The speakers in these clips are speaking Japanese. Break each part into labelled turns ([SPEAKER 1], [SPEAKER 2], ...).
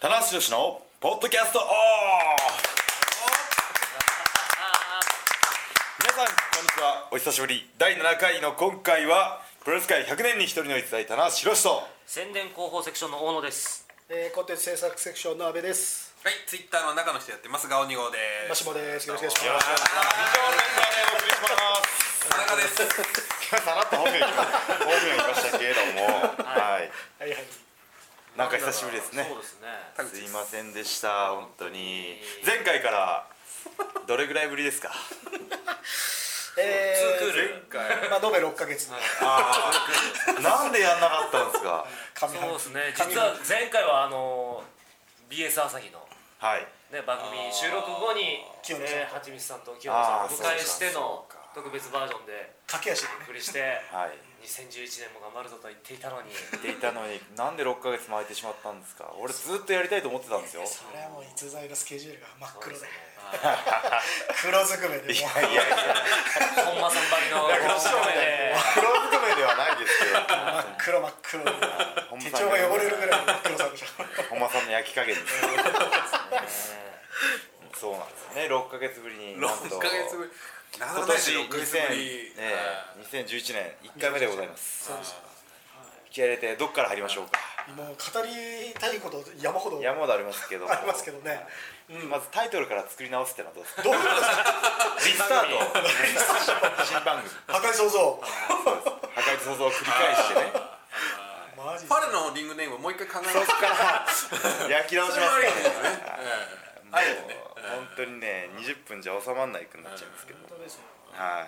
[SPEAKER 1] 棚橋宏のポッドキャストオフ皆さんこんにちはお久しぶり第7回の今回はプロレス界100年に一人の逸材棚橋宏と
[SPEAKER 2] 宣伝広報セクションの大野です
[SPEAKER 3] えー、コンテンツ制作セクションの阿部です。
[SPEAKER 4] はい、ツイッターの中の人やってますが、おに号で
[SPEAKER 3] マ
[SPEAKER 4] す。
[SPEAKER 3] シモです。よろしくお願いし
[SPEAKER 1] よろ
[SPEAKER 3] ま
[SPEAKER 1] しくお願いします以上メンバーでお送りします
[SPEAKER 4] 田中
[SPEAKER 1] さ
[SPEAKER 4] です。
[SPEAKER 1] らっと本名言いま本名言いましたけれども、はい、
[SPEAKER 3] す。はいは
[SPEAKER 1] なん
[SPEAKER 3] い。
[SPEAKER 1] か久しぶりですね
[SPEAKER 2] そう。です
[SPEAKER 1] すい
[SPEAKER 2] ね
[SPEAKER 1] ませんでした、本当に。前回からどれぐらいぶりですか。
[SPEAKER 3] え
[SPEAKER 2] ツークール
[SPEAKER 3] ー、まあ延べ六ヶ月の
[SPEAKER 1] なんでやんなかったんですか。
[SPEAKER 3] 上
[SPEAKER 2] そう
[SPEAKER 3] 半
[SPEAKER 2] で
[SPEAKER 3] 期
[SPEAKER 2] すね実は前回はあの BS 朝日の
[SPEAKER 1] はい。
[SPEAKER 2] ね番組収録後に
[SPEAKER 3] 清野さん
[SPEAKER 2] ねはちみつさんと清野さんをお迎えしての
[SPEAKER 4] あーそうか
[SPEAKER 2] 特別バージョンで
[SPEAKER 3] 駆け足で
[SPEAKER 2] お
[SPEAKER 3] ね。
[SPEAKER 2] 送りして
[SPEAKER 1] はい。
[SPEAKER 2] 2011年も頑張るぞと言っていたのに
[SPEAKER 1] っていたのに、なんで6ヶ月も空いてしまったんですか。俺ずっとやりたいと思ってたんですよ。
[SPEAKER 3] それはもう逸材のスケジュールが
[SPEAKER 2] そ
[SPEAKER 3] 真っ
[SPEAKER 2] う
[SPEAKER 3] 黒
[SPEAKER 2] です
[SPEAKER 3] で
[SPEAKER 2] ね、
[SPEAKER 3] 黒ずくめで
[SPEAKER 1] い
[SPEAKER 3] も
[SPEAKER 1] やいやいや、
[SPEAKER 2] 本間さんばりの
[SPEAKER 1] 黒ずくめで
[SPEAKER 2] で、
[SPEAKER 1] 黒ずくめではないですけど。
[SPEAKER 3] う真っ黒真っ黒で手帳が汚れるぐらいの真っ黒さでしょ。
[SPEAKER 1] 本間さんの焼き加減ですそうなんですね。6ヶ月ぶりに。
[SPEAKER 4] 六
[SPEAKER 1] なんと
[SPEAKER 4] ヶ月ぶり。なか
[SPEAKER 1] 今
[SPEAKER 4] な
[SPEAKER 1] 年2000
[SPEAKER 4] か六ヶ月ぶり。
[SPEAKER 1] ねえ2011年1回目でございます
[SPEAKER 3] そうですよ。
[SPEAKER 1] 気合入れてどっから入りましょうか
[SPEAKER 3] もう語りたいこと山ほどあ
[SPEAKER 1] 山ほどありますけども
[SPEAKER 3] りますけどね。
[SPEAKER 1] まずタイトルから作り直すってのはどう ですか
[SPEAKER 3] どういうことですか。
[SPEAKER 1] リスタート新番組
[SPEAKER 3] 破壊想像。
[SPEAKER 1] 破壊と想像を繰り返してね
[SPEAKER 3] マジで
[SPEAKER 4] フ。ァレのリングネームをもう一回考えます。
[SPEAKER 1] 焼き直します
[SPEAKER 4] あ
[SPEAKER 1] か
[SPEAKER 4] り
[SPEAKER 1] ら
[SPEAKER 4] だ
[SPEAKER 1] も
[SPEAKER 4] よね。
[SPEAKER 1] う本当にね20分じゃ収まらないくなっちゃうんですけど
[SPEAKER 3] 本当ですよ
[SPEAKER 1] は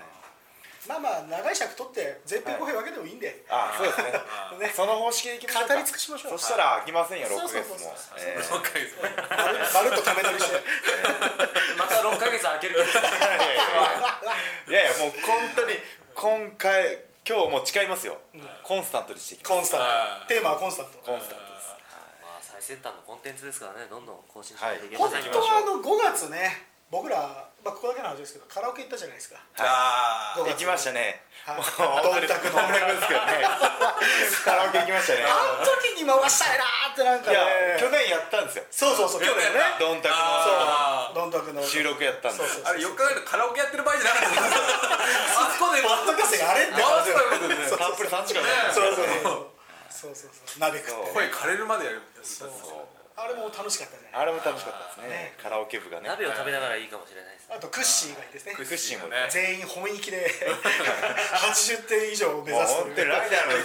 [SPEAKER 1] い
[SPEAKER 3] まあまあ長い尺取って前編後編分けてもいいんで。
[SPEAKER 1] あそうですね
[SPEAKER 3] ね
[SPEAKER 1] その方式でいきましょうか
[SPEAKER 3] 語り尽くしましょう
[SPEAKER 1] そしたら飽きませんよ6ヶ月
[SPEAKER 3] そうそう
[SPEAKER 1] も
[SPEAKER 3] そうそう
[SPEAKER 1] え
[SPEAKER 4] 六ヶ月ぶり。
[SPEAKER 3] まるまるっとため取りして。
[SPEAKER 2] また6ヶ月空けるけど
[SPEAKER 1] えいやいやいやいやいやもう本当に今回今日もう誓いますよ、コンスタントにしていきます
[SPEAKER 3] コンスタント。テーマはコンスタント。
[SPEAKER 1] コンスタントです
[SPEAKER 2] まあ最先端のコンテンツですからねどんどん更新し
[SPEAKER 1] は
[SPEAKER 2] ないいといけま
[SPEAKER 3] 本
[SPEAKER 2] せん
[SPEAKER 1] 行き
[SPEAKER 2] け
[SPEAKER 1] まし
[SPEAKER 2] ど
[SPEAKER 3] 当
[SPEAKER 1] ょう
[SPEAKER 3] はあの5月ね僕ら、まあ、ここだけの話ですけどカラオケ行ったじゃないですか
[SPEAKER 4] あ
[SPEAKER 3] どう
[SPEAKER 1] 行きましたね
[SPEAKER 3] はい
[SPEAKER 1] もう
[SPEAKER 3] どんたくの
[SPEAKER 1] 本当にですけどねカラオケ行きましたね
[SPEAKER 3] あの時に回したいなーってなんか
[SPEAKER 1] い
[SPEAKER 3] ね
[SPEAKER 1] や去年やったんですよ
[SPEAKER 3] そうそうそう去年ね
[SPEAKER 1] どんた
[SPEAKER 4] あ
[SPEAKER 3] どんたくの
[SPEAKER 1] くの収録やったんです
[SPEAKER 3] そう
[SPEAKER 4] あれよく考えるとカラオケやってる場合じゃなかった。あそこで
[SPEAKER 3] ポッドキャストやれって
[SPEAKER 4] 回す
[SPEAKER 3] そう
[SPEAKER 4] ということでね。
[SPEAKER 1] たっぷり3時間
[SPEAKER 3] そうそうそうそうそう鍋食って
[SPEAKER 4] 声枯れるまでやる。
[SPEAKER 3] そうあれも楽しかったね
[SPEAKER 1] あれも楽しかったですね
[SPEAKER 3] ね
[SPEAKER 1] カラオケ部がね
[SPEAKER 2] 鍋を食べながらいいかもしれないですね
[SPEAKER 3] あとクッシーがいいですね
[SPEAKER 1] クッシーも
[SPEAKER 4] ね
[SPEAKER 3] 全員本 域で80点以上を目
[SPEAKER 1] もう
[SPEAKER 3] 指す
[SPEAKER 1] 本当にライダーの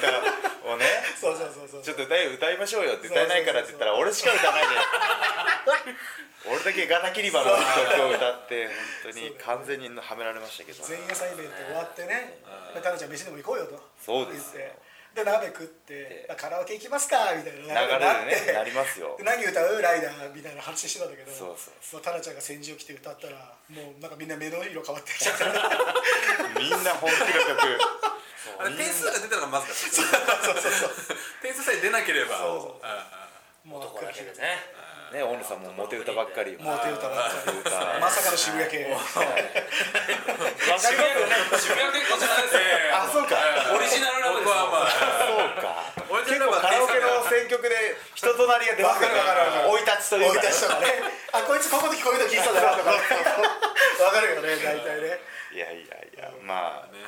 [SPEAKER 1] 歌をね
[SPEAKER 3] そうそうそうそう
[SPEAKER 1] ちょっと歌い歌いましょうよって歌えないからって言ったら俺しか歌わないじゃん俺だけガタキリバの曲を歌って本当に完全にはめられましたけど
[SPEAKER 3] 前夜祭イベント終わってね「タナちゃん飯でも行こうよ」と
[SPEAKER 1] そうですよ
[SPEAKER 3] 言ってで鍋食って「カラオケ行きますか」みたいな
[SPEAKER 1] 流れでね
[SPEAKER 3] に
[SPEAKER 1] な
[SPEAKER 3] な
[SPEAKER 1] り
[SPEAKER 3] り
[SPEAKER 1] ますよ
[SPEAKER 3] 何歌うライダーみたいな話してたんだけど
[SPEAKER 1] そうそう
[SPEAKER 3] そうタナちゃんが戦時を着て歌ったらもうなんかみんな目の色変わってきちゃって
[SPEAKER 1] みんな本気の曲
[SPEAKER 4] あれ点数が出たのがまずかった。そうそうそう。点数さえ出なければ。
[SPEAKER 3] そうそうもう
[SPEAKER 2] 男だけでね
[SPEAKER 1] ね大野さんもモテ歌ばっかり
[SPEAKER 3] モテ歌ばっかり
[SPEAKER 1] モテ歌
[SPEAKER 3] まさかの渋谷系
[SPEAKER 2] 渋谷渋谷結構じゃないですね
[SPEAKER 1] あそうか
[SPEAKER 2] オリジナルラブです
[SPEAKER 4] 僕はまあ。
[SPEAKER 1] そうか
[SPEAKER 4] オリジ
[SPEAKER 1] 結
[SPEAKER 4] ナル
[SPEAKER 1] 構カ
[SPEAKER 4] ラブは
[SPEAKER 1] ラオケの選曲で人となりが出ますよね
[SPEAKER 3] わかるわかる
[SPEAKER 1] 生い立ちと
[SPEAKER 3] 追
[SPEAKER 1] いう
[SPEAKER 3] い
[SPEAKER 1] かね
[SPEAKER 3] 出しとかねあこいつここでこういうの聞いたんだな とかわかるよね大体ね
[SPEAKER 1] いやいやいやまあ
[SPEAKER 4] ね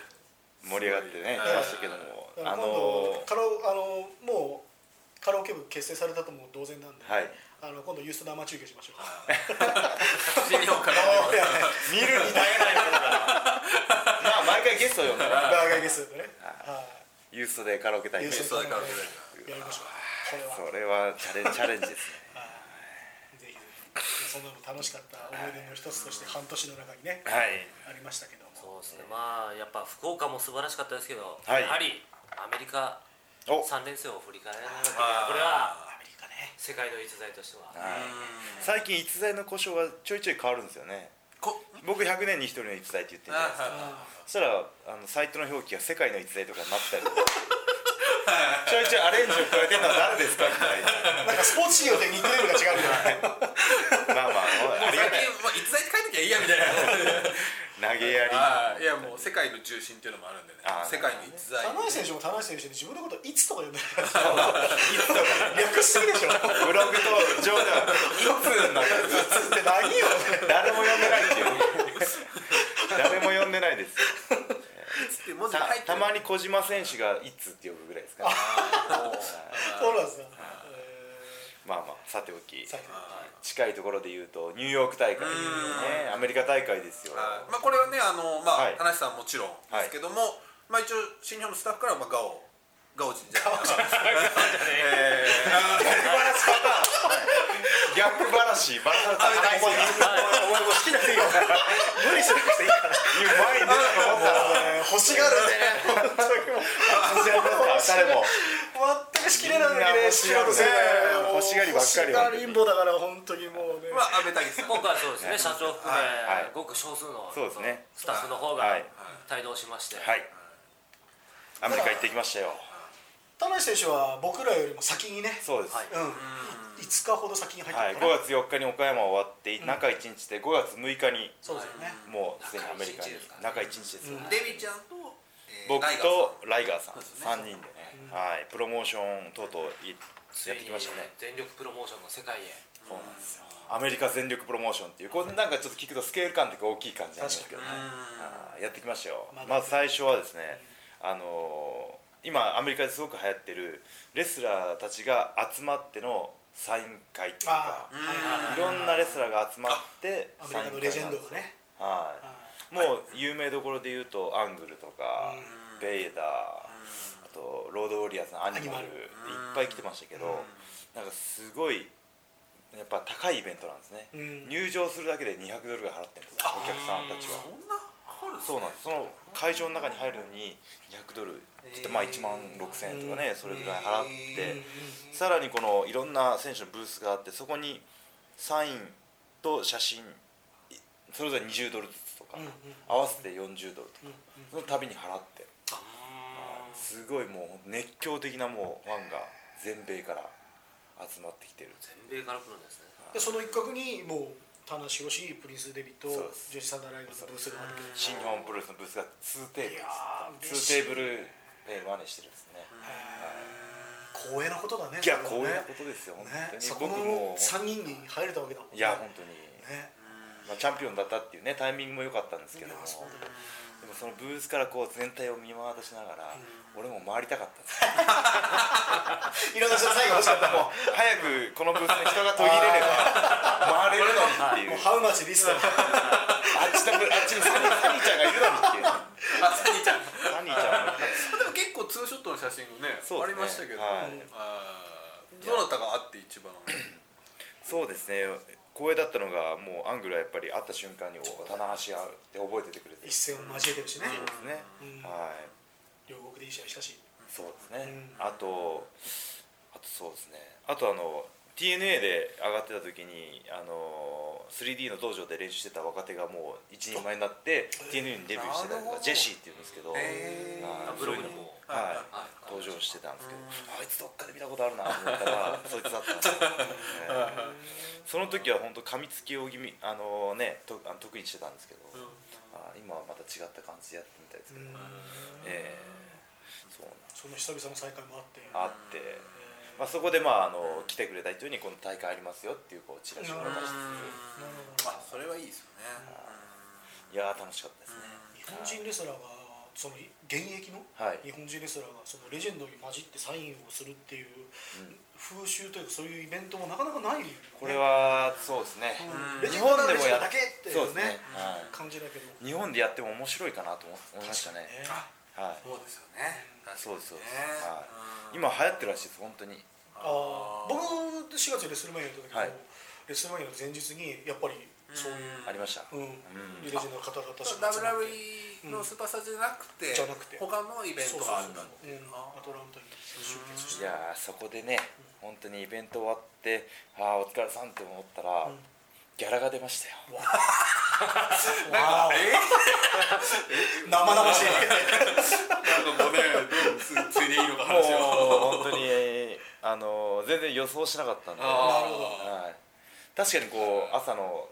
[SPEAKER 1] 盛り上がってねいましたけども
[SPEAKER 3] だか
[SPEAKER 1] あ
[SPEAKER 3] ら今
[SPEAKER 1] の
[SPEAKER 3] 度カラオあのもうカラオケ部結成されたともう同然なんで
[SPEAKER 1] はい
[SPEAKER 3] あの今度ユース生中継しましょう
[SPEAKER 4] 新日本カラオケ。
[SPEAKER 1] 見るに耐えないものだな まあ毎回ゲストを呼んだら
[SPEAKER 3] バーガーゲストでねは
[SPEAKER 1] ユーストでカラオケ大会
[SPEAKER 3] いユース
[SPEAKER 4] ト
[SPEAKER 3] の
[SPEAKER 4] で
[SPEAKER 3] カラオケでやりましょうこれは
[SPEAKER 1] それはチャレンチャレンジですね
[SPEAKER 3] ぜひぜひそんなの楽しかった思い出の一つとして半年の中にね
[SPEAKER 1] はい
[SPEAKER 3] ありましたけども
[SPEAKER 2] そうですねまあやっぱ福岡も素晴らしかったですけど
[SPEAKER 1] はい
[SPEAKER 2] やはりアメリカ
[SPEAKER 1] お
[SPEAKER 2] 3連戦を振り返るわけで
[SPEAKER 4] あー
[SPEAKER 2] これは
[SPEAKER 3] アメリカね
[SPEAKER 2] 世界の逸材としては
[SPEAKER 1] 最近逸材の故障がちょいちょい変わるんですよね
[SPEAKER 4] こ
[SPEAKER 1] 僕100年に一人の逸材って言ってるじゃないですか
[SPEAKER 4] あ
[SPEAKER 1] そしたらあのサイトの表記が「世界の逸材」とかになってたりちょいちょいアレンジを加えてるのは誰ですかみたいな
[SPEAKER 3] なんかスポーツ資料でニックネームが違うみたいな
[SPEAKER 1] まあまああり
[SPEAKER 4] 最近
[SPEAKER 1] がたい
[SPEAKER 4] まあ逸材って書いときゃいいやみたいな
[SPEAKER 1] 投げやり
[SPEAKER 4] あーいやもう世界の中心っていうのもあるんでね
[SPEAKER 1] あー
[SPEAKER 4] 世界の逸材
[SPEAKER 3] 棚橋選手も棚橋選手で自分のこと「いつ」とか呼んでる略しすぎでしょ
[SPEAKER 1] ブログと上ではいつになる
[SPEAKER 3] って何よ
[SPEAKER 1] 誰も呼んでないっていう誰も呼んでないです
[SPEAKER 4] つって文字
[SPEAKER 1] た
[SPEAKER 4] が入って
[SPEAKER 1] た
[SPEAKER 4] る
[SPEAKER 1] まに小島選手が「いつ」って呼ぶぐらいですか、ね、
[SPEAKER 3] そうなんですよ
[SPEAKER 1] まあまあさておき
[SPEAKER 3] さっきの
[SPEAKER 1] 近いところで言うとニューヨーク大会、ね、アメリカ大会ですよ
[SPEAKER 4] はいまあ、これはねあの、まあ
[SPEAKER 1] はい
[SPEAKER 4] 話さんもちろんですけども、まあ、一応新日本のスタッフからは、まあ、ガオガオじゃない
[SPEAKER 1] ギャップ話バラされた
[SPEAKER 4] ああ
[SPEAKER 1] もう
[SPEAKER 3] お前もう好きな人いいよ無理しなくていいから
[SPEAKER 1] 前に出たと思ったら
[SPEAKER 3] 欲しがるね
[SPEAKER 1] 誰も
[SPEAKER 3] 全くしきれないのにねしようとするね
[SPEAKER 1] 欲しがりばっかり
[SPEAKER 3] 欲しがりんぼだから本当にもうね
[SPEAKER 4] まあ安倍武さん
[SPEAKER 5] 今回はそうですね、社長含
[SPEAKER 1] はい
[SPEAKER 5] め
[SPEAKER 1] はい、
[SPEAKER 5] ごく少数の
[SPEAKER 1] そうですね
[SPEAKER 5] スタッフの方が
[SPEAKER 1] はい
[SPEAKER 5] 帯同しまして、
[SPEAKER 1] はいアメリカ行ってきましたよ
[SPEAKER 3] 田中選手は僕らよりも先にね
[SPEAKER 1] そうです、
[SPEAKER 5] はい
[SPEAKER 3] うん5日ほど先に入
[SPEAKER 1] は
[SPEAKER 3] っ
[SPEAKER 1] い、5
[SPEAKER 3] たの
[SPEAKER 1] 月4
[SPEAKER 3] かな
[SPEAKER 1] 日に岡山終わって中1日で5月6日に
[SPEAKER 3] そうですよね
[SPEAKER 1] もうすでにアメリカに中1日ですよ、
[SPEAKER 4] デビちゃんと、えー
[SPEAKER 1] 僕
[SPEAKER 4] ライガー
[SPEAKER 1] とライガーさん
[SPEAKER 4] ですね
[SPEAKER 1] 3人でね、はい、プロモーション等々い
[SPEAKER 5] つ
[SPEAKER 1] や
[SPEAKER 5] い
[SPEAKER 1] っ
[SPEAKER 5] に
[SPEAKER 1] てきましたね
[SPEAKER 5] 全力プロモーションの世界へ、
[SPEAKER 1] そうなんですよアメリカ全力プロモーションっていうこれなんかちょっと聞くとスケール感とか大きい感じなんですけどねあーやってきましたよ
[SPEAKER 3] ま
[SPEAKER 1] ま
[SPEAKER 3] だ
[SPEAKER 1] ず最初はですねあのー今アメリカですごく流行ってるレスラーたちが集まってのサイン会っていうか
[SPEAKER 3] ああはい
[SPEAKER 1] いろんなレスラーが集まって
[SPEAKER 3] アメリカのレジェンド
[SPEAKER 1] サイン会なんです
[SPEAKER 3] がね
[SPEAKER 1] はいもう有名どころで言うとアングルとか、ベイダー、あとロードウォリアーズのアニマ
[SPEAKER 3] ア
[SPEAKER 1] ル
[SPEAKER 3] ニ
[SPEAKER 1] いっぱ
[SPEAKER 3] マル
[SPEAKER 1] い来てましたけど、なんかすごいやっぱ高いイベントなんですね、
[SPEAKER 3] うん
[SPEAKER 1] 入場するだけで200ドルぐらい払ってるんですよお客さんたちは
[SPEAKER 4] そんなある
[SPEAKER 1] そうなんですその会場の中に入るのに200ドルちょっとまあ1万6000円とかね、それぐらい払って、さらにこのいろんな選手のブースがあってそこにサインと写真いそれぞれ20ドルずつとか、合わせて40ドルとか、その度に払って、はいすごいもう熱狂的なもうファンが全米から集まってきてる
[SPEAKER 5] 全米から来るんですね。
[SPEAKER 3] でその一角にもう田無宏プリンス・デビット
[SPEAKER 1] そうです
[SPEAKER 3] 女子サンダーライガーのブースがあるけど
[SPEAKER 1] 新日本プロレスのブースが2テーブルです2テーブルで
[SPEAKER 3] いやー嬉しい
[SPEAKER 1] 真似してるんですね、
[SPEAKER 3] 光栄なことだね
[SPEAKER 1] いや、
[SPEAKER 3] それ
[SPEAKER 1] こう
[SPEAKER 3] はね
[SPEAKER 1] いうことですよ、本
[SPEAKER 3] ね、そ
[SPEAKER 1] 当
[SPEAKER 3] こ
[SPEAKER 1] に。僕も
[SPEAKER 3] の、3人に入れたわけだもんね
[SPEAKER 1] いや、本当に、
[SPEAKER 3] ね
[SPEAKER 1] まあ、チャンピオンだったっていうね、タイミングも良かったんですけ
[SPEAKER 3] い
[SPEAKER 1] ど
[SPEAKER 3] や
[SPEAKER 1] も、
[SPEAKER 3] そうだよ
[SPEAKER 1] でもそのブースからこう全体を見回しながら、俺も回りたかったん です
[SPEAKER 3] いろんな人の最後欲しかった
[SPEAKER 1] よ
[SPEAKER 3] もんも
[SPEAKER 1] 早くこのブースの人が途切れれば、回れるのにっていう
[SPEAKER 3] う、ハウマッチリスト
[SPEAKER 1] あっちのブあっちにサニーサニーちゃんがいるのにっていう、
[SPEAKER 4] あサニーちゃん
[SPEAKER 1] サニーちゃんも、
[SPEAKER 4] でも結構ツーショットの写真ね
[SPEAKER 1] そう
[SPEAKER 4] あ
[SPEAKER 1] ですね
[SPEAKER 4] りましたけど、
[SPEAKER 1] はい
[SPEAKER 4] あーどなたがあって一番
[SPEAKER 1] そうですね、光栄だったのが、もうアングルはやっぱり会った瞬間に、お棚橋やって覚えててくれて、
[SPEAKER 3] 一戦を交えてるしね
[SPEAKER 1] そうですね、はい。
[SPEAKER 3] 両国でいい試合したし
[SPEAKER 1] そうですね、あとあとそうですねあとあの TNA で上がってた時にあの 3D の道場で練習してた若手がもう一人前になって TNA にデビューしてたりと
[SPEAKER 4] なるほ
[SPEAKER 1] か
[SPEAKER 4] ど
[SPEAKER 1] ジェシーっていうんですけど、
[SPEAKER 4] へー
[SPEAKER 1] はい
[SPEAKER 5] ブログにも
[SPEAKER 1] はい、登場してたんですけどあいつどっかで見たことあるなと思ったら そいつだったんですよ、ねその時は本当噛みつきを気味あのねとあの得意にしてたんですけど、あ今はまた違った感じでやってみたいですけど、ええそうなんです
[SPEAKER 3] その久々の再会もあって
[SPEAKER 1] あって、まあ、そこで、まあ、あの来てくれた人にこの大会ありますよっていうこうチラシを渡して
[SPEAKER 3] なるほど
[SPEAKER 4] あそれはいいですよね
[SPEAKER 1] いやー楽しかったですね、
[SPEAKER 3] 日本人レスラーがその現役の
[SPEAKER 1] はい
[SPEAKER 3] 日本人レスラーがそのレジェンドに混じってサインをするっていう風習というかそういうイベントもなかなかないよね
[SPEAKER 1] これはそうですね、
[SPEAKER 3] レジ
[SPEAKER 1] 日
[SPEAKER 3] ェン
[SPEAKER 1] 本
[SPEAKER 3] ドの
[SPEAKER 1] で
[SPEAKER 3] レジ
[SPEAKER 1] もや
[SPEAKER 3] ェンドだけってい
[SPEAKER 1] そうです
[SPEAKER 3] う
[SPEAKER 1] ね
[SPEAKER 3] ね、
[SPEAKER 1] は
[SPEAKER 3] 感じだけど
[SPEAKER 1] い、日本でやっても面白いかなと思思いましたね
[SPEAKER 3] ね
[SPEAKER 4] あ
[SPEAKER 1] はい
[SPEAKER 4] そうですよね
[SPEAKER 1] そうですそうです、
[SPEAKER 4] ね
[SPEAKER 1] はい、今流行ってるらしいです本当に
[SPEAKER 3] あー僕4月にレスルマニアやった時も、
[SPEAKER 1] はい
[SPEAKER 3] レスルマニアの前日にやっぱりそういう、
[SPEAKER 1] ありました、
[SPEAKER 3] うんレジェンドの方々たちが集まって
[SPEAKER 4] WWE のスーパースターじゃなくて,、
[SPEAKER 3] じゃなくて
[SPEAKER 4] 他のイベントがあっ
[SPEAKER 3] う
[SPEAKER 4] たん
[SPEAKER 3] ん、アトランタに集
[SPEAKER 1] い
[SPEAKER 3] 結して
[SPEAKER 1] やーそこでね本当にイベント終わってああお疲れさんって思ったら、ギャラが出ましたよ
[SPEAKER 3] わー生々しい
[SPEAKER 4] なんかもうねどうつついでいいのか
[SPEAKER 1] もう本当にあの全然予想しなかったんで
[SPEAKER 4] あー
[SPEAKER 3] なるほど
[SPEAKER 1] はい、確かにこう朝の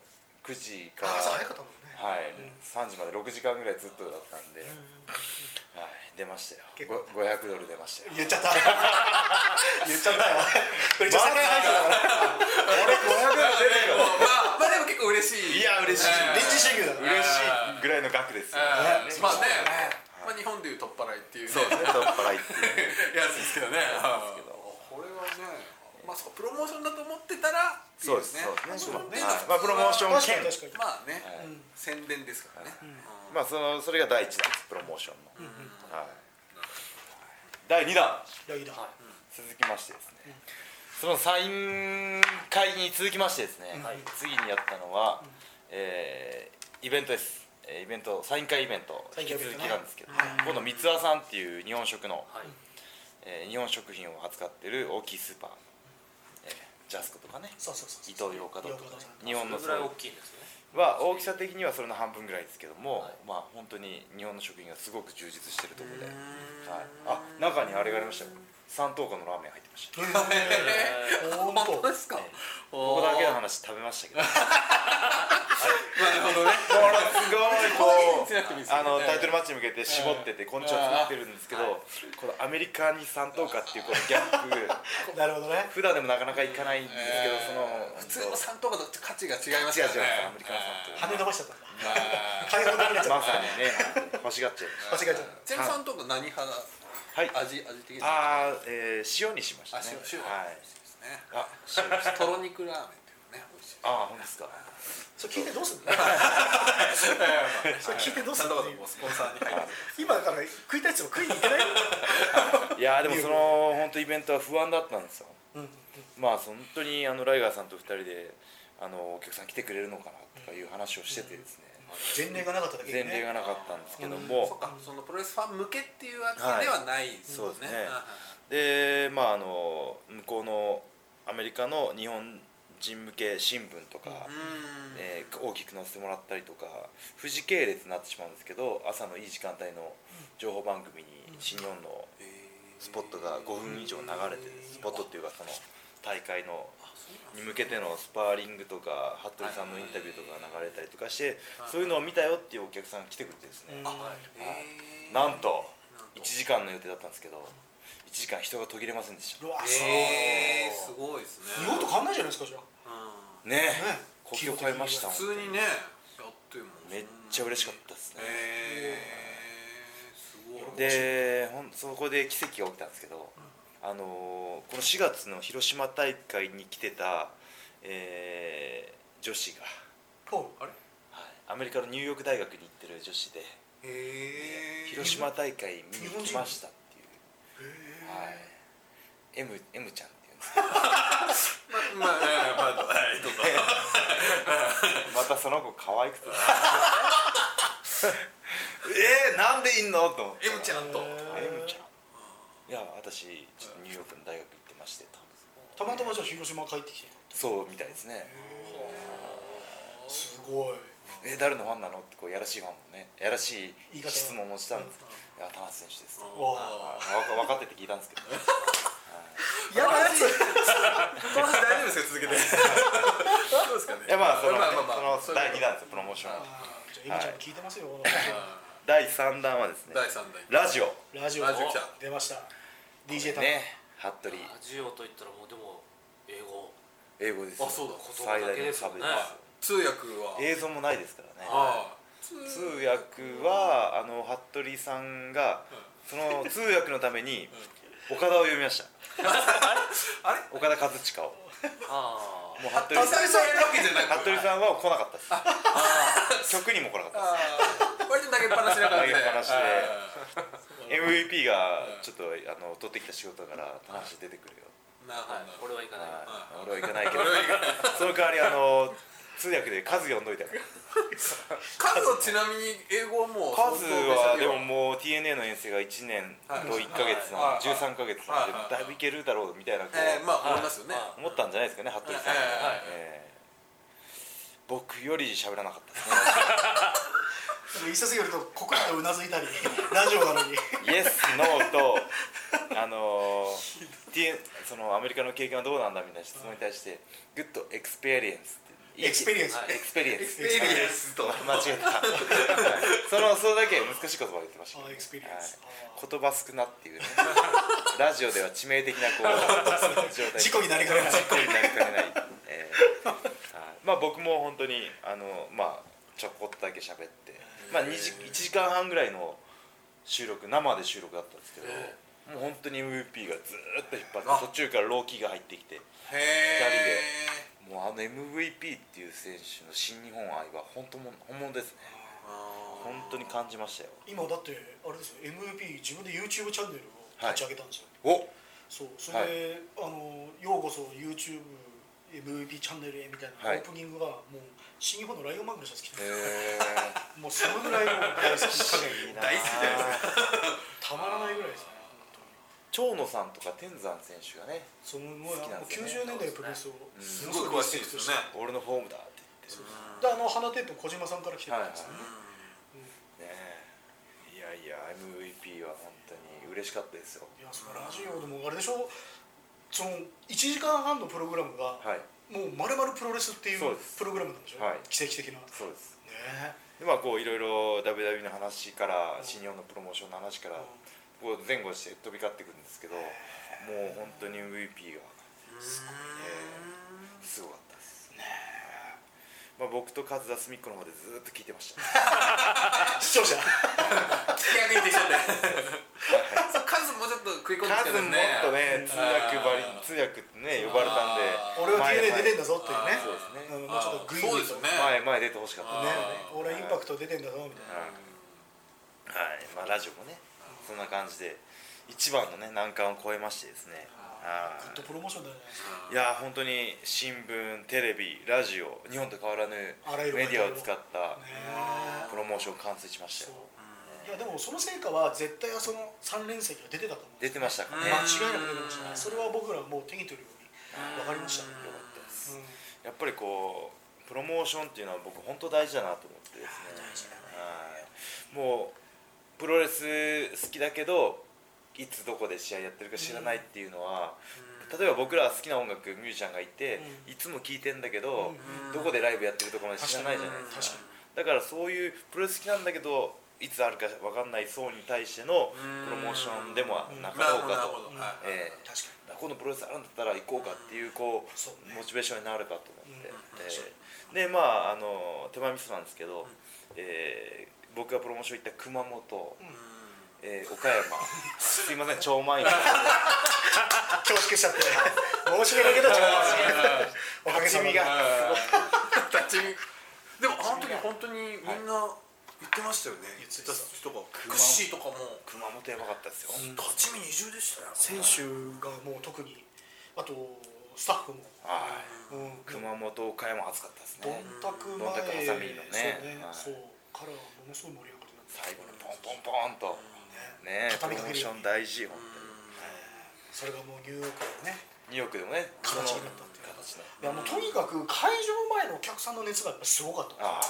[SPEAKER 1] 9時から
[SPEAKER 3] 朝早かったもんね
[SPEAKER 1] はい、3時まで6時間ぐらいずっとだったんで、はい、出ましたよ
[SPEAKER 3] 結構
[SPEAKER 1] ご500ドル出ましたよ
[SPEAKER 3] 言っちゃった言っちゃったよこれ
[SPEAKER 1] 俺額ですよね
[SPEAKER 4] えーまあね、
[SPEAKER 1] はい
[SPEAKER 4] まあ、日本でいう取っ払いっていう、ね、
[SPEAKER 1] そうですね取っ払いっていう
[SPEAKER 4] やつですけどね
[SPEAKER 1] ですけど
[SPEAKER 4] これはねまあそうかプロモーションだと思ってたらってい
[SPEAKER 1] そうですそうですねはいま
[SPEAKER 4] まあね
[SPEAKER 1] あプロモーション
[SPEAKER 3] 確か
[SPEAKER 1] 兼
[SPEAKER 3] に確かに
[SPEAKER 4] まあね、
[SPEAKER 1] はい
[SPEAKER 3] うん
[SPEAKER 4] 宣伝ですからね、
[SPEAKER 1] まあそのそれが第一弾ですプロモーションの、はい、第二弾
[SPEAKER 3] ライダー
[SPEAKER 5] はい
[SPEAKER 1] 続きましてですね、そのサイン会に続きましてですね、
[SPEAKER 5] はい
[SPEAKER 1] 次にやったのは、えーイベントですえーイベントサイン会イベント
[SPEAKER 3] サイ
[SPEAKER 1] 引
[SPEAKER 3] ン
[SPEAKER 1] き
[SPEAKER 3] 会イベ
[SPEAKER 1] 続き
[SPEAKER 3] ントね
[SPEAKER 1] なんですけど、
[SPEAKER 3] はい
[SPEAKER 1] 今度三ツ輪さんっていう日本食の、
[SPEAKER 5] はい
[SPEAKER 1] えー日本食品を扱ってる大きいスーパー、えージャスコとかね
[SPEAKER 3] そうそうそうそう
[SPEAKER 1] 伊藤洋華堂と
[SPEAKER 3] 洋
[SPEAKER 1] か
[SPEAKER 3] 華堂さん
[SPEAKER 1] 日本の
[SPEAKER 5] そ
[SPEAKER 1] そ
[SPEAKER 5] れぐらい大
[SPEAKER 1] の
[SPEAKER 5] きいんですね
[SPEAKER 1] は大きさ的にはそれの半分ぐらいですけども、
[SPEAKER 5] はい
[SPEAKER 1] まあ本当に日本の食品がすごく充実してるところで、はい、あ中にあれがありましたよ三等価のラーメン入ってました
[SPEAKER 5] え
[SPEAKER 3] えーほ ん
[SPEAKER 4] 本当
[SPEAKER 3] と
[SPEAKER 4] ですか、
[SPEAKER 1] こ
[SPEAKER 4] こ
[SPEAKER 1] こだけの話食べましたけど こ
[SPEAKER 4] なるほどね
[SPEAKER 1] れすごいこう
[SPEAKER 4] 強く見せ て
[SPEAKER 1] あのタイトルマッチに向けて絞ってて昆虫を作ってるんですけど
[SPEAKER 5] はい
[SPEAKER 1] このアメリカに三等価っていうこのギャップ
[SPEAKER 3] なるほどね
[SPEAKER 1] 普段でもなかなかいかないんですけどそ
[SPEAKER 4] えー普通の
[SPEAKER 1] の
[SPEAKER 4] 三等価と価値が違います
[SPEAKER 1] 違う違う
[SPEAKER 4] からね
[SPEAKER 1] アメリカの三
[SPEAKER 3] 跳ね飛ばしちゃったんだ
[SPEAKER 4] あー
[SPEAKER 3] 解放的になっちゃ
[SPEAKER 1] ま
[SPEAKER 3] っ
[SPEAKER 1] さにね欲しがっちゃいました
[SPEAKER 3] 間違えちゃっ
[SPEAKER 4] ちなみに三等価何派
[SPEAKER 1] はい
[SPEAKER 4] 味味的にあ
[SPEAKER 1] あー、えー、塩にしましたね
[SPEAKER 4] 塩塩
[SPEAKER 1] はい
[SPEAKER 4] ですね
[SPEAKER 1] あ塩にした
[SPEAKER 4] とろ肉ラーメンっていうのね美味しい
[SPEAKER 1] あーほんですか
[SPEAKER 3] それ聞いてどうすんのそれ聞いてどうすんの
[SPEAKER 4] スポンサーに入って
[SPEAKER 3] 今だから食いたいやつも食いに行けないよ
[SPEAKER 1] いやーでもその本当イベントは不安だったんですよ
[SPEAKER 3] うんうん
[SPEAKER 1] まあ本当にあのライガーさんと二人であのお客さん来てくれるのかなとかいう話をしててですね
[SPEAKER 3] 前例がなかっただけ
[SPEAKER 1] 前
[SPEAKER 3] に
[SPEAKER 1] 例
[SPEAKER 3] ね
[SPEAKER 1] がなかったんですけど
[SPEAKER 4] そっ
[SPEAKER 1] も
[SPEAKER 4] かそのプロレスファン向けっていうわけではないです
[SPEAKER 1] そうですね
[SPEAKER 4] あ
[SPEAKER 1] でまああの向こうのアメリカの日本人向け新聞とか
[SPEAKER 4] ー、うん
[SPEAKER 1] えー大きく載せてもらったりとか富士系列になってしまうんですけど朝のいい時間帯の情報番組に新日本のスポットが5分以上流れてるスポットっていうかその大会のに向けてのスパーリングとか服部さんのインタビューとか流れたりとかしてそういうのを見たよっていうお客さんが来てくれてですね
[SPEAKER 3] うん
[SPEAKER 4] えー
[SPEAKER 1] なんと1時間の予定だったんですけど1時間人が途切れませんでし
[SPEAKER 3] うわそう
[SPEAKER 4] えーすごいです
[SPEAKER 3] 日
[SPEAKER 4] ね
[SPEAKER 3] 本と変わんないじゃないですかじゃあ
[SPEAKER 1] たね
[SPEAKER 3] ね
[SPEAKER 1] 国境を越えました
[SPEAKER 4] 普通にねやっても
[SPEAKER 1] めっちゃ嬉しかったですね
[SPEAKER 4] えーすごい
[SPEAKER 1] でほんそこで奇跡が起きたんですけど、あのーこの4月の広島大会に来てた、えー女子が、
[SPEAKER 3] ほう
[SPEAKER 4] あれ
[SPEAKER 1] はいアメリカのニューヨーク大学に行ってる女子で
[SPEAKER 4] えー
[SPEAKER 1] 広島大会見に来ましたっていう、はい M, M ちゃんっていうんですけど
[SPEAKER 4] まあまあまあまあはいどうぞ
[SPEAKER 1] またその子可愛くて えー、なんでいんのと思って
[SPEAKER 4] M ちゃんと
[SPEAKER 1] あ M ちゃんいや私ちょっとニューヨークの大学行ってましてと
[SPEAKER 3] たまたまじゃあ広島帰ってきて
[SPEAKER 1] そうみたいですね
[SPEAKER 3] すごい
[SPEAKER 1] え誰のファンなのってこうやらしいファンもねやらしい
[SPEAKER 3] 言い方
[SPEAKER 1] 質問もしたんですけど「いや田中選手です」
[SPEAKER 3] わあ
[SPEAKER 1] あわ分かってて聞いたんですけど
[SPEAKER 3] やばいやつ
[SPEAKER 4] この話大丈夫ですか続けてどうですかね
[SPEAKER 1] いやまあその,、
[SPEAKER 4] まあまあまあ
[SPEAKER 1] その第2弾ですよプロモーションは
[SPEAKER 3] あーじゃあエミちゃんも聞いてますよ
[SPEAKER 4] あ
[SPEAKER 1] 第3弾はです
[SPEAKER 4] ー
[SPEAKER 1] ね
[SPEAKER 4] 第三弾
[SPEAKER 1] ラジオ
[SPEAKER 3] ラジオ
[SPEAKER 4] ラジオ来た
[SPEAKER 3] 出ました DJ タ
[SPEAKER 1] ね服
[SPEAKER 5] ラ
[SPEAKER 1] 部
[SPEAKER 5] ジオといったらもうでも英語
[SPEAKER 1] 英語ですよ
[SPEAKER 4] あそうだ
[SPEAKER 5] 言葉
[SPEAKER 1] 最
[SPEAKER 5] だけ
[SPEAKER 1] 大の
[SPEAKER 5] ですも
[SPEAKER 1] 壁
[SPEAKER 5] ん
[SPEAKER 1] で
[SPEAKER 5] ね
[SPEAKER 1] す
[SPEAKER 4] 通訳は
[SPEAKER 1] 映像もないですからね
[SPEAKER 4] あ
[SPEAKER 1] 通訳はあの服部さんがその通訳のために岡田を読みました
[SPEAKER 4] あれ
[SPEAKER 1] 岡田和親を
[SPEAKER 5] あ
[SPEAKER 1] もう服
[SPEAKER 4] ー
[SPEAKER 1] 部さん
[SPEAKER 4] 浅井さんやるわけじゃなく
[SPEAKER 1] 服部さんは来なかったです曲にも来なかったです
[SPEAKER 4] あー割と投げっぱなしな感じで
[SPEAKER 1] 投げっぱなしで
[SPEAKER 4] あ
[SPEAKER 1] MVP がちょっとあの取ってきた仕事だから田中出てくるよ、
[SPEAKER 4] ーなる
[SPEAKER 5] あはい
[SPEAKER 4] ほ
[SPEAKER 5] こ
[SPEAKER 4] ど
[SPEAKER 5] れはいかない
[SPEAKER 1] はい俺は行かないけど
[SPEAKER 4] 俺は行か
[SPEAKER 1] その代わりあの通訳で数呼んどいたから
[SPEAKER 4] カズはちなみに英語はもう
[SPEAKER 1] 数はでも
[SPEAKER 4] も
[SPEAKER 1] もう TNA の遠征が1年と1か月なん
[SPEAKER 4] はい
[SPEAKER 1] で13か月なんで
[SPEAKER 4] はい
[SPEAKER 1] だいぶいけるだろうみたいなこう
[SPEAKER 4] えーまあ思いますよね
[SPEAKER 5] はい
[SPEAKER 1] 思ったんじゃないですかね服部さんは
[SPEAKER 4] はいはいはい
[SPEAKER 1] えー僕より喋らなかったです
[SPEAKER 3] でも一冊よるとここからうなずいたり ラジオなのに
[SPEAKER 1] ねイエスノーとあのー TN そのアメリカの経験はどうなんだみたいな質問に対してグッドエクスペリエンスって
[SPEAKER 3] エクスペリエンス
[SPEAKER 5] はい
[SPEAKER 1] エクスペリエンス
[SPEAKER 4] エクスペリエンスと
[SPEAKER 1] 間違えた そのそれだけ難しい言葉を言ってましたけど
[SPEAKER 3] あエクスペリエンス
[SPEAKER 1] はい言葉少なっていうねラジオでは致命的なこ う状態
[SPEAKER 3] 事故になりかねない
[SPEAKER 1] 事故になりかねない、えーはいまあ僕も本当にあのまあちょこっとだけ喋ってまあ、2時1時間半ぐらいの収録生で収録だったんですけど、
[SPEAKER 5] え
[SPEAKER 1] もう本当に MVP がずーっと引っ張
[SPEAKER 4] あ
[SPEAKER 1] って途中からローキーが入ってきて
[SPEAKER 4] へえ
[SPEAKER 1] もうあの MVP っていう選手の新日本愛は本当も本物ですね本当に感じましたよ
[SPEAKER 3] 今だってあれですよ MVP 自分で YouTube チャンネルを立ち上げたんですよ、
[SPEAKER 1] お
[SPEAKER 3] そうそれで、あの「ようこそ YouTube MVP チャンネルへ」みたいな
[SPEAKER 1] は
[SPEAKER 3] オ
[SPEAKER 1] い
[SPEAKER 3] ープニングがもう新日本のライオンマングのシャツ着てる
[SPEAKER 1] え
[SPEAKER 3] もうそのぐらいの大好き 加減
[SPEAKER 1] ー、
[SPEAKER 4] 大好きじゃない
[SPEAKER 1] ですか
[SPEAKER 3] たまらないぐらいですね
[SPEAKER 1] 長野さんとか天山選手がね
[SPEAKER 3] そのもう
[SPEAKER 1] 好きなんですよね
[SPEAKER 3] 90年代のプロレスを
[SPEAKER 1] うん
[SPEAKER 4] すごい詳しいですよね
[SPEAKER 1] 俺のフォームだって言って
[SPEAKER 3] であの花テープ小島さんから来てたんですよね、
[SPEAKER 1] はねえいやいや MVP は本当に嬉しかったですよ
[SPEAKER 3] いやそのラジオでもあれでしょその1時間半のプログラムが
[SPEAKER 1] はい
[SPEAKER 3] もうまるまるプロレスっていう
[SPEAKER 1] そうです
[SPEAKER 3] プログラムなんでしょ、
[SPEAKER 1] はい
[SPEAKER 3] 奇跡的なね
[SPEAKER 1] そうです
[SPEAKER 3] え
[SPEAKER 1] でまあこういろいろ WWE の話から新日本のプロモーションの話からこう前後して飛び交ってくるんですけどもう本当に MVP がすごかったですねまあ僕と勝田隅っこの方でずっと聞いてま したは
[SPEAKER 3] 視聴者
[SPEAKER 4] 気が抜いてきちゃって数もうちょっと食い込ん
[SPEAKER 1] い
[SPEAKER 4] でき
[SPEAKER 1] は
[SPEAKER 4] て
[SPEAKER 1] い
[SPEAKER 4] る
[SPEAKER 1] 数もっ
[SPEAKER 4] んですね
[SPEAKER 1] とね通訳ばり
[SPEAKER 4] うん
[SPEAKER 1] 通訳ってね呼ばれたんで
[SPEAKER 4] あー
[SPEAKER 3] 俺は
[SPEAKER 1] 前
[SPEAKER 3] DNA
[SPEAKER 1] 前
[SPEAKER 3] 出てんだぞっていうね
[SPEAKER 4] あー
[SPEAKER 1] そうですね
[SPEAKER 3] うんもうちょっとグイグイ
[SPEAKER 4] そ
[SPEAKER 3] と
[SPEAKER 4] うですよね
[SPEAKER 1] 前前出てほしかった
[SPEAKER 3] ね
[SPEAKER 1] ね
[SPEAKER 4] あ
[SPEAKER 3] 俺はインパクト出てんだぞみたいな、
[SPEAKER 1] はいはい、まあラジオもね、そんな感じで一番のね難関を超えましてですね。は
[SPEAKER 3] グッドプロモーションだよね
[SPEAKER 1] い。いやー本当に新聞、テレビ、ラジオ、日本と変わらぬ
[SPEAKER 3] あらゆる
[SPEAKER 1] メディアを使った
[SPEAKER 3] ねえ
[SPEAKER 1] プロモーションを完成しました
[SPEAKER 3] そう
[SPEAKER 1] よ。
[SPEAKER 3] いやでもその成果は絶対その3連戦が出てたと思う
[SPEAKER 1] 出てましたかね。
[SPEAKER 4] うん
[SPEAKER 1] よ
[SPEAKER 3] 間
[SPEAKER 1] かっ
[SPEAKER 3] 違いなく出てましたねそれは僕らもう手に取るように分かりましたね
[SPEAKER 1] たです。
[SPEAKER 3] うん
[SPEAKER 1] やっぱりこうプロモーションっていうのは僕本当大事だなと思ってですね。はい。もうプロレス好きだけどいつどこで試合やってるか知らないっていうのは、例えば僕らは好きな音楽ミュージシャンがいて、いつも聴いてんだけど、
[SPEAKER 4] うん
[SPEAKER 1] どこでライブやってるとかまで知らないじゃないですか
[SPEAKER 3] 確か
[SPEAKER 1] だからそういうプロレス好きなんだけどいつあるか分かんない層に対しての
[SPEAKER 4] うん
[SPEAKER 1] プロモーションでもなか
[SPEAKER 4] なる
[SPEAKER 1] ろ
[SPEAKER 4] ほ
[SPEAKER 1] う
[SPEAKER 4] ど
[SPEAKER 1] か
[SPEAKER 4] なる
[SPEAKER 1] と
[SPEAKER 4] ほど
[SPEAKER 3] うん
[SPEAKER 4] はい
[SPEAKER 1] え
[SPEAKER 3] に確か
[SPEAKER 1] えこのプロレスあるんだったら行こうかっていうこう
[SPEAKER 3] そうね
[SPEAKER 1] モチベーションになるかと思って、
[SPEAKER 3] うん
[SPEAKER 1] ええでまああの手前ミスなんですけど、ええ僕がプロモーション行った熊本、ええ岡山すいません超満員
[SPEAKER 3] に恐縮しちゃって申し訳ないけどちょっとおかげさま
[SPEAKER 1] 立ち見
[SPEAKER 3] で
[SPEAKER 1] が
[SPEAKER 4] うん立ち見でもあの時本当にみんな言ってましたよね言ってた人がクッシーとかも
[SPEAKER 1] 熊本やばかったですよ、
[SPEAKER 4] 立ち見二重でしたよ
[SPEAKER 3] 選手がもう特にあとスタッフも
[SPEAKER 1] はい
[SPEAKER 3] うん
[SPEAKER 1] 熊本岡山暑かったです
[SPEAKER 3] どん
[SPEAKER 1] ね
[SPEAKER 3] たく前
[SPEAKER 1] どんたくハサミのねはい
[SPEAKER 3] そうねそうからはものすごい盛り上がりになって
[SPEAKER 1] 最後にポンポンポンとねプロ
[SPEAKER 3] 畳み
[SPEAKER 1] モー
[SPEAKER 3] かける
[SPEAKER 1] ショ
[SPEAKER 3] ように
[SPEAKER 1] ン大事本
[SPEAKER 3] それがもうニューヨークのね
[SPEAKER 1] 当にニューヨークでもね
[SPEAKER 3] 形になったっていういやもうとにかく会場前のお客さんの熱がやっぱすごかった
[SPEAKER 1] あ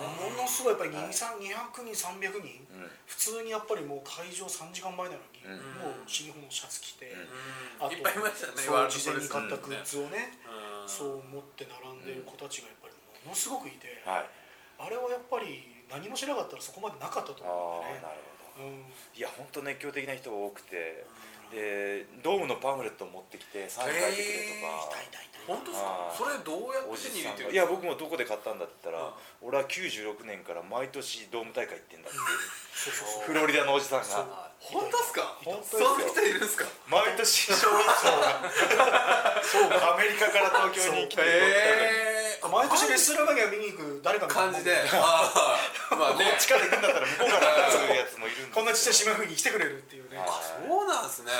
[SPEAKER 4] あ
[SPEAKER 3] も
[SPEAKER 4] ー
[SPEAKER 3] のすごいやっぱり2 3 200人300人
[SPEAKER 1] あうん
[SPEAKER 3] 普通にやっぱりもう会場3時間前なのに、
[SPEAKER 1] うん
[SPEAKER 3] もう新日本のシャツ着て、
[SPEAKER 1] うん
[SPEAKER 3] あと
[SPEAKER 4] いっぱいいましたね
[SPEAKER 3] そう事前に買ったグッズをね、
[SPEAKER 5] うん
[SPEAKER 3] そう持って並んでる子たちがやっぱりものすごくいて、
[SPEAKER 1] はい
[SPEAKER 3] あれはやっぱり何もしなかったらそこまでなかった
[SPEAKER 1] あ
[SPEAKER 3] と
[SPEAKER 1] あ
[SPEAKER 3] 思うん
[SPEAKER 1] な
[SPEAKER 3] だよね
[SPEAKER 1] るほ
[SPEAKER 3] う
[SPEAKER 1] ど
[SPEAKER 3] ん
[SPEAKER 1] いや本当熱狂的な人が多くてでドームのパンフレットを持ってきてサイン書いてくれとか
[SPEAKER 3] 痛い痛い痛い
[SPEAKER 4] 本当ですか
[SPEAKER 1] あー
[SPEAKER 4] それどうや
[SPEAKER 1] お
[SPEAKER 4] って
[SPEAKER 1] じ
[SPEAKER 4] 手に
[SPEAKER 1] さ
[SPEAKER 4] 入れ
[SPEAKER 1] んが
[SPEAKER 4] てる
[SPEAKER 1] いや僕もどこで買ったんだって言ったら俺は96年から毎年ドーム大会行ってんだって
[SPEAKER 3] そうそうそ
[SPEAKER 1] フ
[SPEAKER 3] う
[SPEAKER 1] ロリダのおじさん
[SPEAKER 3] そう
[SPEAKER 1] が
[SPEAKER 4] 本当ですか
[SPEAKER 1] 本当です
[SPEAKER 4] そん
[SPEAKER 1] よ
[SPEAKER 4] な人いるんですか
[SPEAKER 1] 毎年そうアメリカから東京に来て
[SPEAKER 4] え
[SPEAKER 3] あ毎年レッスルマニア見に行く誰かの
[SPEAKER 4] 感じ でああまあね
[SPEAKER 1] こっちから行くんだったら向こうから来るやつもいるんで
[SPEAKER 3] こんなちっちゃい島風に来てくれるっていうね
[SPEAKER 1] はい
[SPEAKER 3] あ
[SPEAKER 4] そうなんですね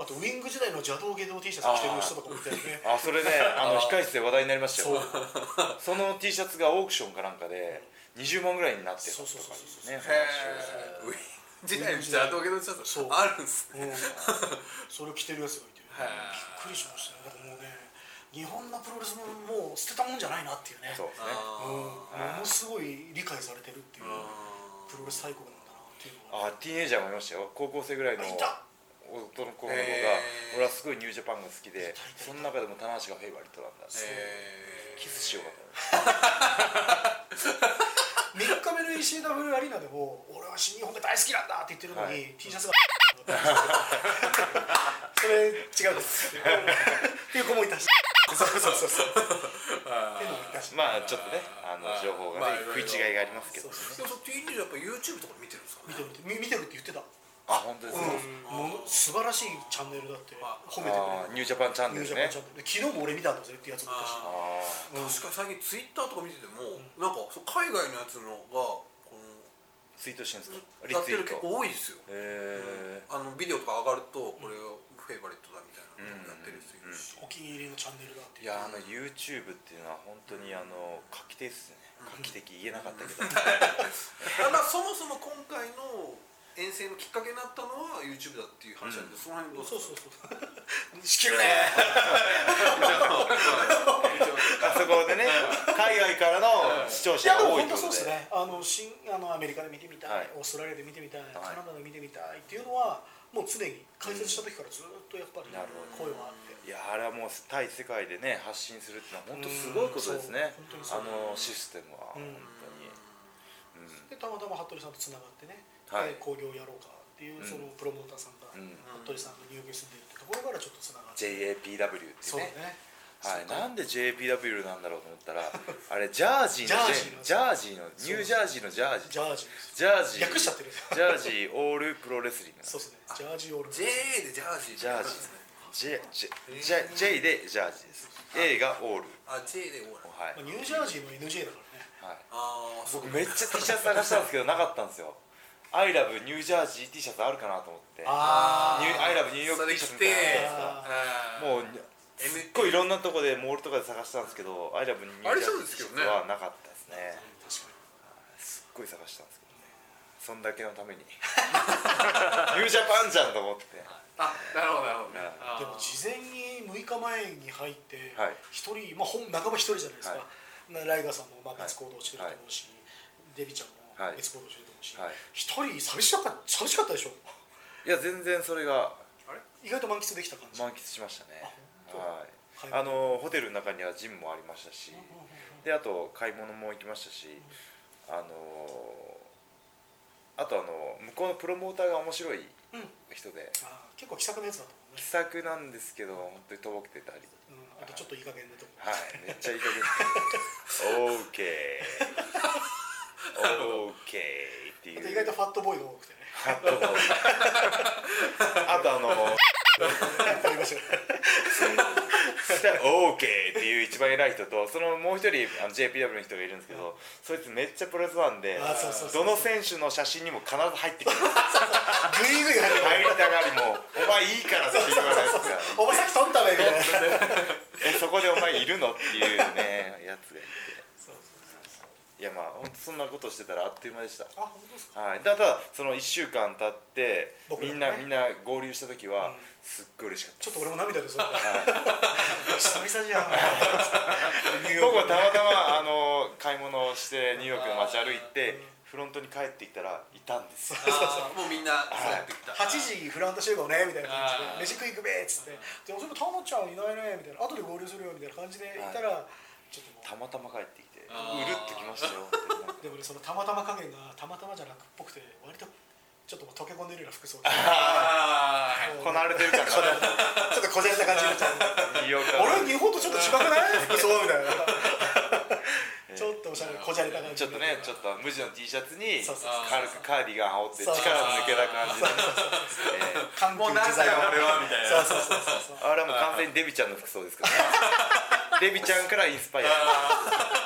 [SPEAKER 3] とウィング時代の邪道芸能 T シャツ着てる人とかもいた よね
[SPEAKER 1] あそれねあの
[SPEAKER 4] あー
[SPEAKER 1] 控室で話題になりました
[SPEAKER 3] そう
[SPEAKER 1] よその T シャツがオークションかなんかで20万ぐらいになってたとか
[SPEAKER 3] そうそうそうそう
[SPEAKER 1] ね
[SPEAKER 4] へえウィーン時代にしてあどけどちょっと
[SPEAKER 3] そう
[SPEAKER 4] あるんです ね
[SPEAKER 3] うんそれを着てるやつがいてび
[SPEAKER 4] へ
[SPEAKER 3] っくりしましたねだからもうね日本のプロレスももう捨てたもんじゃないなっていうね
[SPEAKER 1] そうですね
[SPEAKER 4] あ
[SPEAKER 3] うん
[SPEAKER 4] ー
[SPEAKER 1] あー
[SPEAKER 3] ものすごい理解されてるっていうプロレス大国なんだなっていうのが
[SPEAKER 1] あティーンエイジャーもいましたよ高校生ぐらいの
[SPEAKER 3] あい
[SPEAKER 1] 男
[SPEAKER 3] た
[SPEAKER 1] の子の方が
[SPEAKER 4] へー
[SPEAKER 1] 俺はすごいニュージャパンが好きで
[SPEAKER 3] たいた
[SPEAKER 1] その中でも棚橋がフェイバリットなんだ
[SPEAKER 4] へ
[SPEAKER 1] キスしようかと思います
[SPEAKER 3] 3日目の ECW アリーナでも俺は新日本が大好きなんだって言ってるのに、
[SPEAKER 1] はい
[SPEAKER 3] T シャツが それ 違うですっていう子もいたしそうそうそうそうっていうのもいたかし
[SPEAKER 1] まあちょっとねあ
[SPEAKER 4] あ
[SPEAKER 1] の
[SPEAKER 4] ー
[SPEAKER 1] 情報が
[SPEAKER 4] まあ
[SPEAKER 1] ね
[SPEAKER 4] いろい
[SPEAKER 1] 食い
[SPEAKER 4] ろ
[SPEAKER 1] 違いがありますけど
[SPEAKER 3] そうですね
[SPEAKER 4] でもその TD やっぱ YouTube とかで見てるんですか
[SPEAKER 3] 見てるってみ見てるって言ってた、
[SPEAKER 1] あ本当ですか
[SPEAKER 3] うん、もの素晴らしいチャンネルだって
[SPEAKER 4] あ
[SPEAKER 3] 褒めて
[SPEAKER 1] あー
[SPEAKER 3] くれ
[SPEAKER 1] ニュージャパンチャンネ
[SPEAKER 3] るニュージ
[SPEAKER 1] ル
[SPEAKER 3] ャパン
[SPEAKER 1] ね
[SPEAKER 3] チャンネル昨日も俺見たんだぜってやつもいたし
[SPEAKER 4] あ
[SPEAKER 1] ああ
[SPEAKER 3] うん
[SPEAKER 4] 確かに最近ツイッターとか見てても、なんかそう海外のやつのがこの
[SPEAKER 1] ツイートしてるんですかリ
[SPEAKER 4] やって
[SPEAKER 1] ツイ
[SPEAKER 4] る
[SPEAKER 1] ー
[SPEAKER 4] 結
[SPEAKER 1] ト
[SPEAKER 4] 構多いですよ、
[SPEAKER 1] へ
[SPEAKER 4] あのビデオとか上がるとこれがフェイバリットだみたいなのをやってる人いるし、
[SPEAKER 3] お気に入りのチャンネルだって
[SPEAKER 1] えい
[SPEAKER 3] い
[SPEAKER 1] うやあの YouTube っていうのは本当にあの画期的ですね画期的言えなかったけど
[SPEAKER 4] あまあそもそも今回の遠征のきっかけになったのは YouTube だっていう話なんで、その辺どう
[SPEAKER 3] そう
[SPEAKER 4] です
[SPEAKER 3] そう
[SPEAKER 4] か
[SPEAKER 3] そう しきるね
[SPEAKER 1] あそこでね海外からの視聴
[SPEAKER 3] い
[SPEAKER 1] 者
[SPEAKER 3] やで
[SPEAKER 1] が
[SPEAKER 3] も
[SPEAKER 1] 多いと
[SPEAKER 3] 本当
[SPEAKER 1] いうこと
[SPEAKER 3] そうです
[SPEAKER 1] で
[SPEAKER 3] ねあの新あのアメリカで見てみた
[SPEAKER 1] は
[SPEAKER 3] い、
[SPEAKER 1] い
[SPEAKER 3] オーストラリアで見てみたい、
[SPEAKER 1] はい
[SPEAKER 3] カナダで見てみたいっていうのはもう常に解説した時からずっとやっぱり
[SPEAKER 1] なるほ
[SPEAKER 3] 声はあって。
[SPEAKER 1] いやあれはもう対世界でね発信するっていうのは本当すごいことですね
[SPEAKER 3] うんそ
[SPEAKER 1] あ
[SPEAKER 3] う本
[SPEAKER 1] の
[SPEAKER 3] 当にそう
[SPEAKER 1] システムは
[SPEAKER 3] う
[SPEAKER 1] 本
[SPEAKER 3] ん
[SPEAKER 1] 当に
[SPEAKER 3] でたまたま服部さんとつながってね、
[SPEAKER 1] はい
[SPEAKER 3] で興行やろうかっていう
[SPEAKER 1] うん
[SPEAKER 3] そのプロモーターさんが、
[SPEAKER 1] うんうん
[SPEAKER 3] 服部さんがニューヨークに住んでるってところからちょっとつながって、
[SPEAKER 1] JAPW っていう
[SPEAKER 3] そう
[SPEAKER 1] ね
[SPEAKER 3] ね
[SPEAKER 1] はい、なんで JPW なんだろうと思ったらあれジャージーの
[SPEAKER 3] ジャージーの
[SPEAKER 1] ジャージーのニュージャージーのジャージ
[SPEAKER 3] ジャージです
[SPEAKER 1] ジャージー
[SPEAKER 3] 略しちゃってる
[SPEAKER 1] ジャージーオールプロレスリングなんです
[SPEAKER 3] そうですねジャージオール
[SPEAKER 4] JA でジャージー
[SPEAKER 1] ジャージー J, J,
[SPEAKER 4] ね
[SPEAKER 1] J, J でジャージーです A がオール
[SPEAKER 4] あ JA でオーラ
[SPEAKER 1] はい、
[SPEAKER 3] まあニュージャージーの NJ だか
[SPEAKER 1] はい、
[SPEAKER 3] らね
[SPEAKER 4] ああそう
[SPEAKER 1] 僕めっちゃ T シャツ探したんですけどなかったんですよ「ILOVE ニュージャージー T シャツあるかなと思って
[SPEAKER 3] あ
[SPEAKER 1] ニュー I love ニューヨーク
[SPEAKER 4] そ
[SPEAKER 1] T シ
[SPEAKER 4] れ着
[SPEAKER 1] ャツみたいなもう
[SPEAKER 3] あ
[SPEAKER 4] てあー
[SPEAKER 1] すっごいいろんなとこでモールとかで探したんですけど「ILOVE ニュージャージー T シャツはなかったですね
[SPEAKER 3] 確かに
[SPEAKER 1] すっごい探したんですけどねそんだけのためにニュージャパンじゃんと思って
[SPEAKER 4] あなるほどなる
[SPEAKER 5] あー
[SPEAKER 1] は
[SPEAKER 3] で
[SPEAKER 4] ほどね
[SPEAKER 3] も事前に6日前に入って
[SPEAKER 1] はい
[SPEAKER 3] 一人、まあ、本仲間一人じゃないですか、
[SPEAKER 1] は
[SPEAKER 3] なライガーさんもまあ別行動してると思うし、デビちゃん
[SPEAKER 1] は
[SPEAKER 3] も
[SPEAKER 1] い
[SPEAKER 3] 別行動してると思うし
[SPEAKER 1] はい
[SPEAKER 3] 一、人寂しかった寂しかったでしょ
[SPEAKER 1] いいや全然それが
[SPEAKER 3] 意外と満喫できた感じ、
[SPEAKER 1] 満喫しましたね
[SPEAKER 3] あ本
[SPEAKER 1] はい
[SPEAKER 3] 当買い
[SPEAKER 1] あ
[SPEAKER 3] 物
[SPEAKER 1] のホテルの中にはジムもありましたしであと買い物も行きましたしあのあとあの向こうのプロモーターが面白い
[SPEAKER 3] うん
[SPEAKER 1] 人で
[SPEAKER 3] あー結構気さくなやつだと思う
[SPEAKER 1] 気
[SPEAKER 3] ね、
[SPEAKER 1] さくなんですけど本当にとぼけてたり
[SPEAKER 3] うん、あとちょっといい加減なとこ
[SPEAKER 1] はいめっちゃいい加減 オーケーオーケーってい
[SPEAKER 3] あ
[SPEAKER 1] う
[SPEAKER 3] と意外とファットボーイが多くてね
[SPEAKER 1] あとあの
[SPEAKER 3] わかりました
[SPEAKER 1] オーケーっていう一番偉い人とそのもう一人あの JPW の人がいるんですけどそいつめっちゃプロレスファンで
[SPEAKER 3] あそうそうそう
[SPEAKER 1] どの選手の写真にも必ず入ってくる
[SPEAKER 3] グイグイ入る
[SPEAKER 1] 入りたがりも「お前いいから」って言わないですから
[SPEAKER 3] お前さっき取ったべみたいな
[SPEAKER 1] えそこでお前いるのっていうねやつがいていやまあほんとそんなことしてたらあっという間でした
[SPEAKER 3] あ本当ですか
[SPEAKER 1] はい、ただその1週間経って
[SPEAKER 3] 僕ら
[SPEAKER 1] み
[SPEAKER 3] も
[SPEAKER 1] ん
[SPEAKER 3] ね
[SPEAKER 1] なみんな合流した時
[SPEAKER 3] う
[SPEAKER 1] は
[SPEAKER 3] ん
[SPEAKER 1] すっごい嬉しかった
[SPEAKER 3] ちょっと俺も涙出そうだ久々じゃんニューヨー
[SPEAKER 1] 僕
[SPEAKER 3] ク
[SPEAKER 1] はたまたまあの買い物をしてニューヨークの街歩いてフロントに帰ってきたらいたんですよ
[SPEAKER 4] あーもうみんなそうやってきた
[SPEAKER 3] 8時フラント集合ねみたいな
[SPEAKER 5] あ
[SPEAKER 3] 感
[SPEAKER 5] ー
[SPEAKER 3] じで飯食い行くべっつって「でもそれタモちゃんいないね」みたいな「後で合流するよ」みたいな感じでいたらちょっとも
[SPEAKER 1] たまたま帰ってき てう
[SPEAKER 5] あー
[SPEAKER 1] るっときましたよ本当に
[SPEAKER 3] うでもねそのたまたま加減がたまたまじゃ楽っぽくて割とちょっともう溶け込んでるような服装で
[SPEAKER 4] あー
[SPEAKER 1] こなれてるから
[SPEAKER 3] ちょっとこじゃれた感じになっちゃ う
[SPEAKER 1] ニューヨーク
[SPEAKER 3] 俺日本とちょっと違くない服装みたいなちょっとおしゃれこじゃれた感じ
[SPEAKER 1] ちょっとねちょっと無地の T シャツに
[SPEAKER 3] そうそうそう
[SPEAKER 1] 軽くカーディガン羽織って
[SPEAKER 3] そ
[SPEAKER 1] 力
[SPEAKER 3] う
[SPEAKER 1] 抜けた感じでえ
[SPEAKER 3] 緩急
[SPEAKER 4] もう何
[SPEAKER 3] 自
[SPEAKER 4] 歳
[SPEAKER 3] 在
[SPEAKER 4] 俺
[SPEAKER 3] の
[SPEAKER 4] はみたいな
[SPEAKER 3] そうそうそうそうそう
[SPEAKER 1] ーあれはもう完全にデビちゃんの服装ですからねデビちゃんからインスパイア